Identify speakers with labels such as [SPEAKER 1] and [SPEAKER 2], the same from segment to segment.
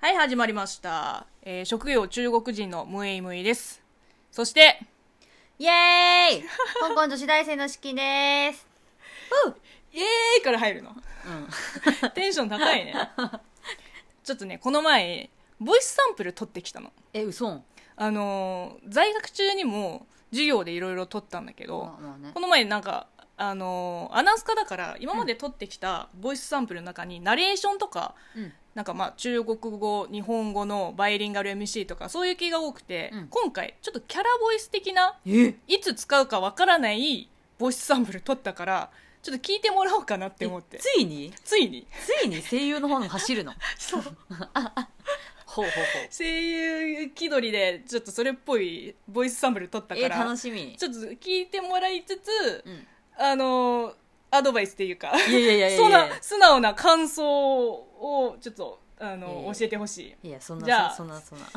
[SPEAKER 1] はい、始まりました。えー職業中国人のムエイムイです。そして、
[SPEAKER 2] イエ ーイ香港女子大生のしきです。
[SPEAKER 1] イエーイから入るの。
[SPEAKER 2] うん。
[SPEAKER 1] テンション高 いね。ちょっとね、この前、ボイスサンプル取ってきたの。
[SPEAKER 2] え、嘘ん。
[SPEAKER 1] あのー在学中にも授業でいろいろ取ったんだけど、
[SPEAKER 2] まあまあね
[SPEAKER 1] こ。の前なんか、あのーアナウンス科だから、今まで取ってきたボイスサンプルの中に、ナレーションとか、
[SPEAKER 2] うん。
[SPEAKER 1] なんかまあ中国語日本語のバイリンガル MC とかそういう系が多くて、
[SPEAKER 2] うん
[SPEAKER 1] 今回ちょっとキャラボイス的な
[SPEAKER 2] え
[SPEAKER 1] いつ使うかわからないボイスサンプル取ったからちょっと聞いてもらおうかなって思って
[SPEAKER 2] ついに
[SPEAKER 1] ついに
[SPEAKER 2] ついに声優の方の走 るの。ほうほうほう。
[SPEAKER 1] 声優気取りでちょっとそれっぽいボイスサンプル取った
[SPEAKER 2] え、
[SPEAKER 1] から、
[SPEAKER 2] 楽しみ。
[SPEAKER 1] ちょっと聞いてもらいつつ、
[SPEAKER 2] うん。
[SPEAKER 1] あのーアドバイスっていうか
[SPEAKER 2] いやいやいやいやい
[SPEAKER 1] そん
[SPEAKER 2] や
[SPEAKER 1] な。素直な感想をちょっとあの
[SPEAKER 2] いやいや
[SPEAKER 1] 教えてほしい
[SPEAKER 2] いや、そん
[SPEAKER 1] じゃあ
[SPEAKER 2] な、そんな、そんな。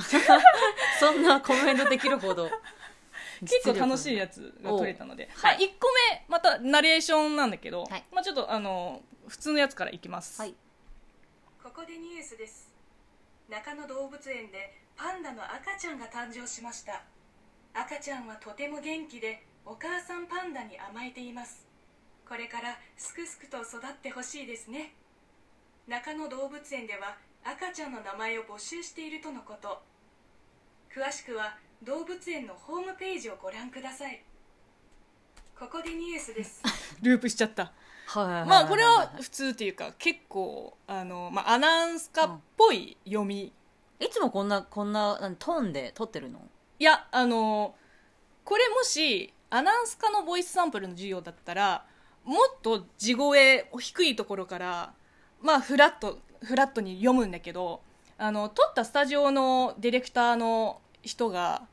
[SPEAKER 2] そんなコメントできるほど。
[SPEAKER 1] 結構楽しいや
[SPEAKER 2] つ。
[SPEAKER 1] つが取れたので、
[SPEAKER 2] はい
[SPEAKER 1] まあ、1個目またナレーションなんだけど、
[SPEAKER 2] はい
[SPEAKER 1] まあ、ちょっとあの普通のやつからいきます、
[SPEAKER 2] はい。
[SPEAKER 3] ここでニュースです中野動物園でパンダの赤ちゃんが誕生しました赤ちゃんはとても元気でお母さんパンダに甘えていますこれからすくすくと育ってほしいですね中野動物園では赤ちゃんの名前を募集しているとのこと詳しくは動物園のホームページをご覧くださいここでニュースです
[SPEAKER 1] ループしちゃった、
[SPEAKER 2] はいはいいいい。
[SPEAKER 1] まあ、これは普通っていうか結構あの、まあ、アナウンス家っぽい読み、い
[SPEAKER 2] いつもこんな、こんな、なんトーンで撮ってるの
[SPEAKER 1] やあのこれもしアナウンス家のボイスサンプルの授業だったらもっと地声低いところからまあフラットフラットに読むんだけどあの撮ったスタジオのディレクターの人が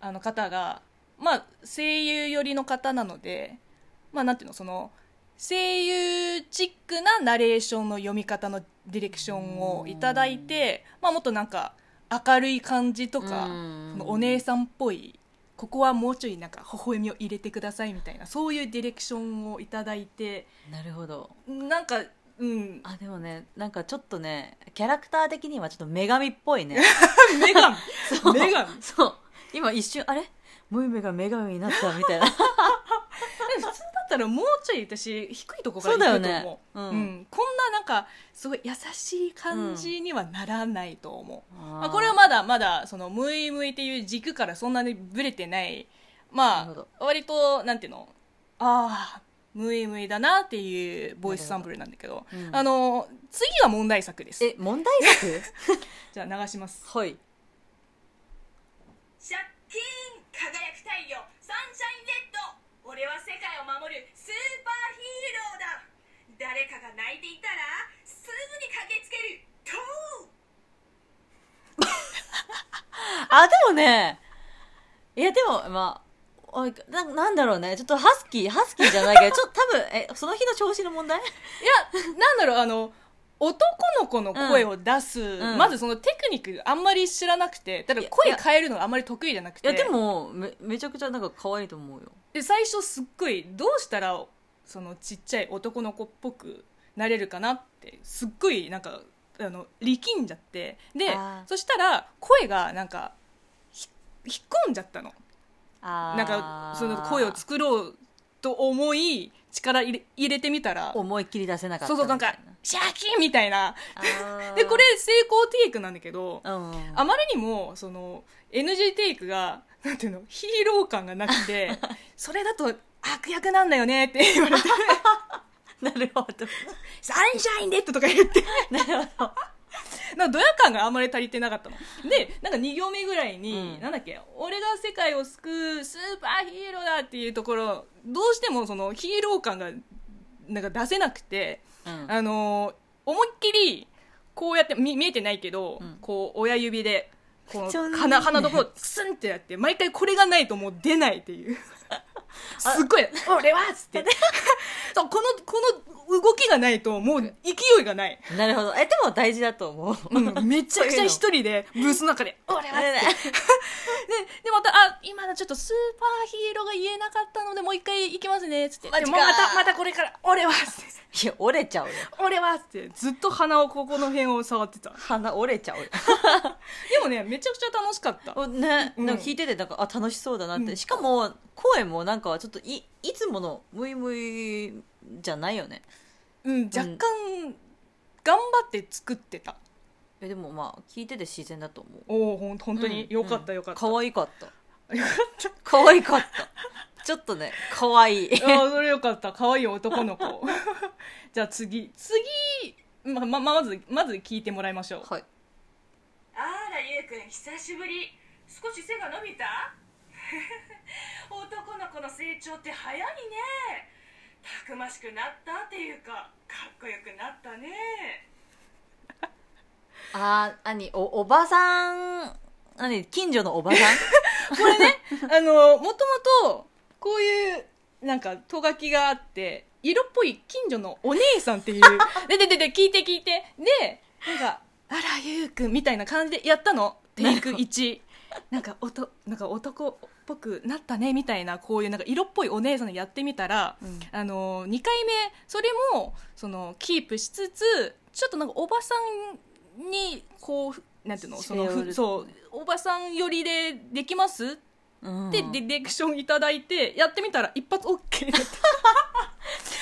[SPEAKER 1] あの方が、まあ、声優寄りの方なので、まあ、なんていうのその声優チックなナレーションの読み方のディレクションをいただいて、まあ、もっとなんか明るい感じとか
[SPEAKER 2] うん
[SPEAKER 1] そのお姉さんっぽいここはもうちょいなんか微笑みを入れてくださいみたいなそういうディレクションをいただいて
[SPEAKER 2] なるほど。
[SPEAKER 1] なんか うん
[SPEAKER 2] あ、でもね、なんかちょっとね、キャラクター的にはちょっと女神っぽい ね。
[SPEAKER 1] 女神
[SPEAKER 2] そう
[SPEAKER 1] 女神
[SPEAKER 2] そう今一瞬あれムイムイが女神になったみたいな
[SPEAKER 1] でも普通だったらもうちょい私低いとこから
[SPEAKER 2] そうだ
[SPEAKER 1] 行
[SPEAKER 2] よ
[SPEAKER 1] くと思う
[SPEAKER 2] ねうん
[SPEAKER 1] んこんななんかすごい優しい感じにはならないと思う、ま
[SPEAKER 2] あ
[SPEAKER 1] あ、これはまだまだそのムイムイっていう軸からそんなにブレてないま
[SPEAKER 2] なるほ
[SPEAKER 1] あ割となんていうのああムイムイだなっていうボイスサンプルなんだけど
[SPEAKER 2] ほどうん
[SPEAKER 1] あの次が問題作です
[SPEAKER 2] え問題作
[SPEAKER 1] じゃあ流します
[SPEAKER 2] はい
[SPEAKER 3] シャッキーン輝く太陽サンシャインレッド俺は世界を守るスーパーヒーローだ誰かが泣いていたらすぐに駆けつけると
[SPEAKER 2] あでもねいやでもまあおいななんだろうねちょっとハスキーハスキーじゃない けどちょっと多分えその日の調子の問題
[SPEAKER 1] いやなんだろうあの男の子の声を出す、
[SPEAKER 2] ん
[SPEAKER 1] まずそのテクニックあんまり知らなくてただ
[SPEAKER 2] いや
[SPEAKER 1] 声
[SPEAKER 2] いや
[SPEAKER 1] 変えるのがあんまり得意じゃなく
[SPEAKER 2] い
[SPEAKER 1] て
[SPEAKER 2] やでもめめちゃくちゃなんか可愛いと思うよ
[SPEAKER 1] で最初すっごいどうしたらそのちっちゃい男の子っぽくなれるかなってすっごいなんかあの力んじゃってで
[SPEAKER 2] あー
[SPEAKER 1] そしたら声がなんかひ引っ込んじゃったの
[SPEAKER 2] あー
[SPEAKER 1] なんかその声を作ろうと思い力入れ入れてみたら
[SPEAKER 2] 思いっきり出せなかった
[SPEAKER 1] そうそうなんかシャーキーンみたいなで
[SPEAKER 2] で
[SPEAKER 1] これ成功テイクなんだけど
[SPEAKER 2] うん
[SPEAKER 1] あまりにもその NG テイクがなんていうのヒーロー感がなく てそれだと悪役なんだよねって言われて
[SPEAKER 2] なるほど
[SPEAKER 1] サンシャインレッドとか言って
[SPEAKER 2] なるほど
[SPEAKER 1] なんかドヤ感があんまり足りてなかったのでなんか2行目ぐらいに、
[SPEAKER 2] うん
[SPEAKER 1] なんだっけ俺が世界を救うスーパーヒーローだっていうところどうしてもそのヒーロー感がなんか出せなくて
[SPEAKER 2] うん
[SPEAKER 1] あのー思いっきりこうやって見見えてないけど、
[SPEAKER 2] うん
[SPEAKER 1] こう親指でこ
[SPEAKER 2] ちょう
[SPEAKER 1] の
[SPEAKER 2] どいいね
[SPEAKER 1] 鼻鼻のところスンってやって毎回これがないともう出ないっていうすっごい「俺は!」っつってそうこのこの動きがないともう勢いがない、
[SPEAKER 2] なるほど。え、でも大事だと思う。
[SPEAKER 1] うん、めちゃくちゃ一人でブースの中で「俺は!」っつってででまた「あ今のちょっとスーパーヒーローが言えなかったのでもう一回行きますね」っつって「
[SPEAKER 2] マジか
[SPEAKER 1] でもまたまたこれから俺は!」っつって
[SPEAKER 2] いや、折れちゃうよ。
[SPEAKER 1] 「俺は!」っつってずっと鼻をここの辺を触ってたで
[SPEAKER 2] 鼻折れちゃう よ。
[SPEAKER 1] もねめちゃくちゃ楽しかった
[SPEAKER 2] おね、
[SPEAKER 1] うん
[SPEAKER 2] なんか聞いててなんかあ楽しそうだなって、
[SPEAKER 1] うん
[SPEAKER 2] しかも声もなんかちょっといいつものムイムイじゃないよね
[SPEAKER 1] うん若干頑張って作ってた
[SPEAKER 2] えでもまあ聞いてて自然だと思う
[SPEAKER 1] おおほん本当に
[SPEAKER 2] うん
[SPEAKER 1] よかった
[SPEAKER 2] うん
[SPEAKER 1] よかった、
[SPEAKER 2] 可愛かった
[SPEAKER 1] よかった
[SPEAKER 2] 可愛かったちょっとね可 愛い
[SPEAKER 1] ああ、それよかった。可愛い男の子。 じゃあ次。次、ま、ま、まず、まず聞いてもらいまし ょう。
[SPEAKER 2] はい
[SPEAKER 3] あらゆうくん久しぶり少し背が伸びた 男の子の成長って早いねたくましくなったっていうかかっこよくなったね
[SPEAKER 2] あー何おおばさん何近所のおばさん
[SPEAKER 1] あの、もともと、こういう、なんか、とがきがあって、色っぽい近所のお姉さんっていう。 で、で、で、で、聞いて聞いて。で、 なんか、あらゆうくんみたいな感じでやったの。テイク1。なんか、おと、なんか男っぽくなったね、みたいな、こういう、なんか色っぽいお姉さんでやってみたら、
[SPEAKER 2] うん
[SPEAKER 1] あの2回目それもそのキープしつつちょっとなんかおばさんにこうなんていうのその
[SPEAKER 2] 近寄る
[SPEAKER 1] ふそうおばさん寄りでできますっ
[SPEAKER 2] うん
[SPEAKER 1] てディレクションいただいてやってみたら一発 OK だっ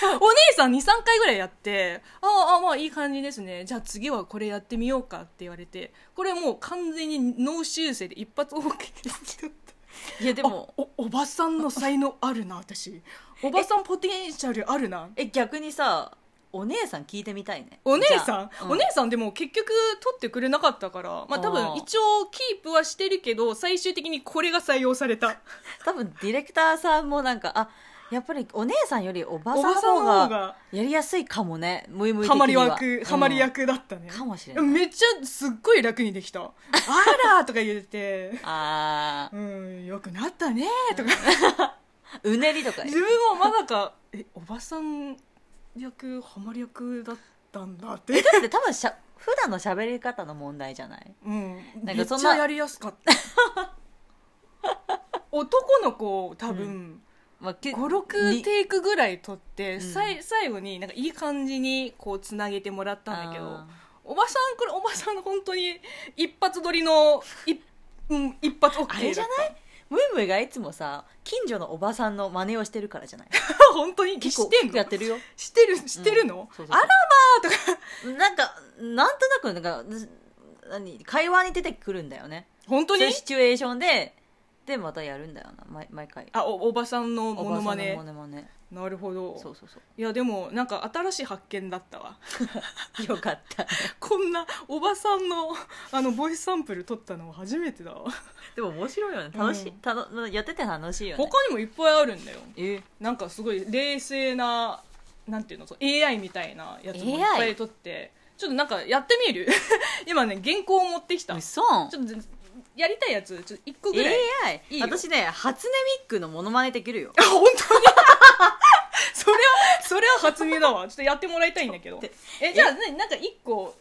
[SPEAKER 1] たお姉さん23回ぐらいやって「ああまあいい感じですねじゃあ次はこれやってみようか」って言われてこれもう完全に脳修正で一発 OK です
[SPEAKER 2] いや
[SPEAKER 1] で
[SPEAKER 2] でも
[SPEAKER 1] もおおばさんの才能あるな私おばさんポテンシャルあるな
[SPEAKER 2] え逆にさお姉さん聞いてみたいね
[SPEAKER 1] お姉
[SPEAKER 2] じ
[SPEAKER 1] さ
[SPEAKER 2] ゃ
[SPEAKER 1] ん、
[SPEAKER 2] あう
[SPEAKER 1] お姉さんでも結局取ってくれなかったから、まあ多
[SPEAKER 2] あ
[SPEAKER 1] 分
[SPEAKER 2] ー
[SPEAKER 1] 一応キープはしてるけど、最終的にこれが採用された。
[SPEAKER 2] 多分ディレクターさんもなんかあやっぱりお姉さんよりおば
[SPEAKER 1] お
[SPEAKER 2] さ
[SPEAKER 1] ば
[SPEAKER 2] んの
[SPEAKER 1] さんの
[SPEAKER 2] 方
[SPEAKER 1] 方
[SPEAKER 2] が
[SPEAKER 1] が、
[SPEAKER 2] やりやすいかもねムイムイ的
[SPEAKER 1] ハ
[SPEAKER 2] に
[SPEAKER 1] マ
[SPEAKER 2] は
[SPEAKER 1] り役、ハマり、役だった
[SPEAKER 2] う
[SPEAKER 1] ね
[SPEAKER 2] ん。かもしれない
[SPEAKER 1] めっちゃすっごい楽にできた。あらーとか言って、
[SPEAKER 2] あ
[SPEAKER 1] うん、よくなったねー とか。
[SPEAKER 2] ーうねりとかね
[SPEAKER 1] 自分もまさか、え、おばさん役、ハマり役だったんだって。
[SPEAKER 2] だって多分しゃ普段の喋り方の問題じゃ ない
[SPEAKER 1] うん、
[SPEAKER 2] な
[SPEAKER 1] め
[SPEAKER 2] んか
[SPEAKER 1] っ
[SPEAKER 2] そん
[SPEAKER 1] ち
[SPEAKER 2] な
[SPEAKER 1] ゃやりやすかった。男の子多分、
[SPEAKER 2] うまあ、け
[SPEAKER 1] 56
[SPEAKER 2] に
[SPEAKER 1] テイクぐらい撮って、
[SPEAKER 2] ん
[SPEAKER 1] さい最後になんかいい感じにこうつなげてもらったんだけど
[SPEAKER 2] あ
[SPEAKER 1] おばさんこれおばさんの本当に一発撮りのい、うん、一発 OK だった
[SPEAKER 2] ーあれじゃないムイムイがいつもさ近所のおばさんの真似をしてるからじゃない
[SPEAKER 1] 本当に
[SPEAKER 2] 結
[SPEAKER 1] し
[SPEAKER 2] 構
[SPEAKER 1] てんの
[SPEAKER 2] やってるよ
[SPEAKER 1] してるしてるの、
[SPEAKER 2] そうそうそう
[SPEAKER 1] あらまーとか
[SPEAKER 2] なんかなんとなくなんかず何会話に出てくるんだよね
[SPEAKER 1] 本当
[SPEAKER 2] そう
[SPEAKER 1] に
[SPEAKER 2] いうシチュエーションででまたやるんだよな毎毎回
[SPEAKER 1] あおおばさんのモ
[SPEAKER 2] お
[SPEAKER 1] ノ
[SPEAKER 2] ばさ
[SPEAKER 1] マ
[SPEAKER 2] んの
[SPEAKER 1] ネ
[SPEAKER 2] モノマネ
[SPEAKER 1] なるほど
[SPEAKER 2] そうそうそ
[SPEAKER 1] いやでもなんか新しい発見だったわ
[SPEAKER 2] うよかった
[SPEAKER 1] こんなおばさんのあのボイスサンプル撮ったの初めてだわ
[SPEAKER 2] でも面白いよね楽しい、
[SPEAKER 1] うん
[SPEAKER 2] たのやってて楽しいよね
[SPEAKER 1] 他にもいっぱいあるんだよ
[SPEAKER 2] え
[SPEAKER 1] なんかすごい冷静ななんていうのそう AI みたいなやつもい
[SPEAKER 2] AI
[SPEAKER 1] っぱい撮ってちょっとなんかやってみる 今ね原稿を持ってきたち
[SPEAKER 2] 嘘
[SPEAKER 1] ょっとやりたいやつちょっと1個ぐらい、
[SPEAKER 2] AI
[SPEAKER 1] いいよ
[SPEAKER 2] 私ね初音ミックのモノマネできるよ
[SPEAKER 1] あ本当にそれはそれは初見だわちょっとやってもらいたいんだけど
[SPEAKER 2] ちょっと
[SPEAKER 1] えじゃあねなんか1個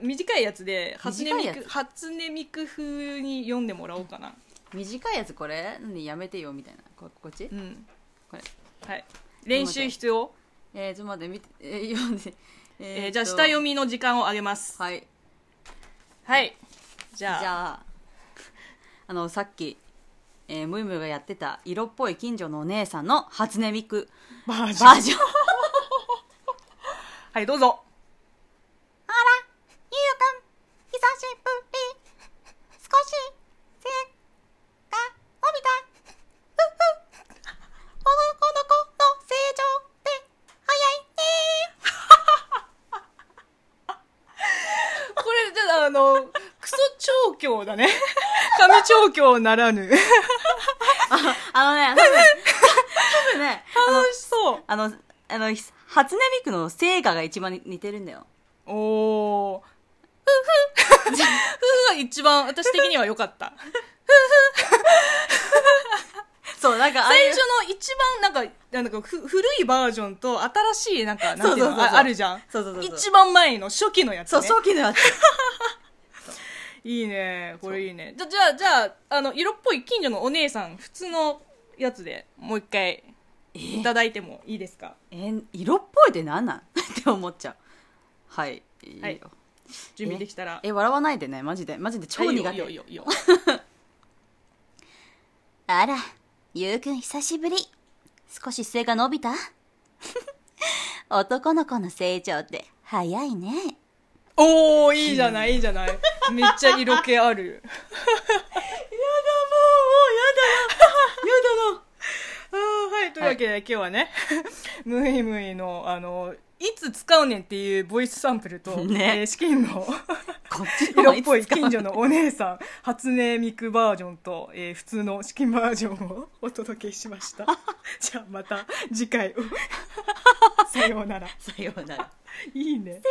[SPEAKER 1] 短いやつで初音ミ
[SPEAKER 2] 短いや
[SPEAKER 1] ク初音ミク風に読んでもらおうかな
[SPEAKER 2] 短いやつこれ何やめてよみたいなここっち
[SPEAKER 1] うん
[SPEAKER 2] これ
[SPEAKER 1] はい練習必要、
[SPEAKER 2] えー、ちょっと待って見て、えー、読んでえ
[SPEAKER 1] えー
[SPEAKER 2] ーっと
[SPEAKER 1] じゃあ下読みの時間をあげます
[SPEAKER 2] はい
[SPEAKER 1] はい
[SPEAKER 2] じゃあ あのさっき、えー、ムイムイがやってた色っぽい近所のお姉さんの初音ミク
[SPEAKER 1] バージョ
[SPEAKER 2] バ
[SPEAKER 1] ン。
[SPEAKER 2] ージョン
[SPEAKER 1] はい、どうぞ。
[SPEAKER 4] あら、ゆうくん、久しぶり。少し、背が伸びた。ふふ。男の子の成長って、早いね。
[SPEAKER 1] これ、じゃあ、あの、クソ調教だね。神調教ならぬ。楽し
[SPEAKER 2] あのね多分多分ね
[SPEAKER 1] そう。
[SPEAKER 2] あのあのひ初音ミクの成果が一番似てるんだよ
[SPEAKER 1] おー。ふふ。ふふが一番、私的には良かった。
[SPEAKER 2] そう、なんかああい
[SPEAKER 1] 最初
[SPEAKER 2] う
[SPEAKER 1] の一番なんかなんかふ古いバージョンと新しいなんかなんていう
[SPEAKER 2] そうそうそう
[SPEAKER 1] の
[SPEAKER 2] そう
[SPEAKER 1] ああるじゃん
[SPEAKER 2] そうそうそうそう
[SPEAKER 1] 一番前の初期のやつ
[SPEAKER 2] そう、
[SPEAKER 1] ね
[SPEAKER 2] 初期のやつ。
[SPEAKER 1] いいねこれいいねじゃじゃあじゃああの色っぽい近所のお姉さん普通のやつでもう一回いただいてもいいですか
[SPEAKER 2] えー色っぽいって何なん って思っちゃう。はい。いいよ
[SPEAKER 1] はい準備できたら
[SPEAKER 2] え、笑わないでね、マジで。マジで超
[SPEAKER 1] あいい
[SPEAKER 2] 苦
[SPEAKER 1] よい
[SPEAKER 2] 手。
[SPEAKER 1] いよいいよいいよ
[SPEAKER 4] あら、ゆうくん久しぶり。少し背が伸びた 男の子の成長って早いね。
[SPEAKER 1] おおいいじゃないいいじゃないめっちゃ色気ある
[SPEAKER 2] やだな。
[SPEAKER 1] あーはいというわけで、今日はね「ムイムイの」あのいつ使うねんっていうボイスサンプルと、
[SPEAKER 2] ね
[SPEAKER 1] えー資金 の
[SPEAKER 2] こっちの
[SPEAKER 1] 色
[SPEAKER 2] 方
[SPEAKER 1] っぽい
[SPEAKER 2] つか
[SPEAKER 1] 近所のお姉さん初音ミクバージョンと、えー普通の資金バージョンを お届けしましたじゃあまた次回をさようなら
[SPEAKER 2] さようなら。
[SPEAKER 1] いいね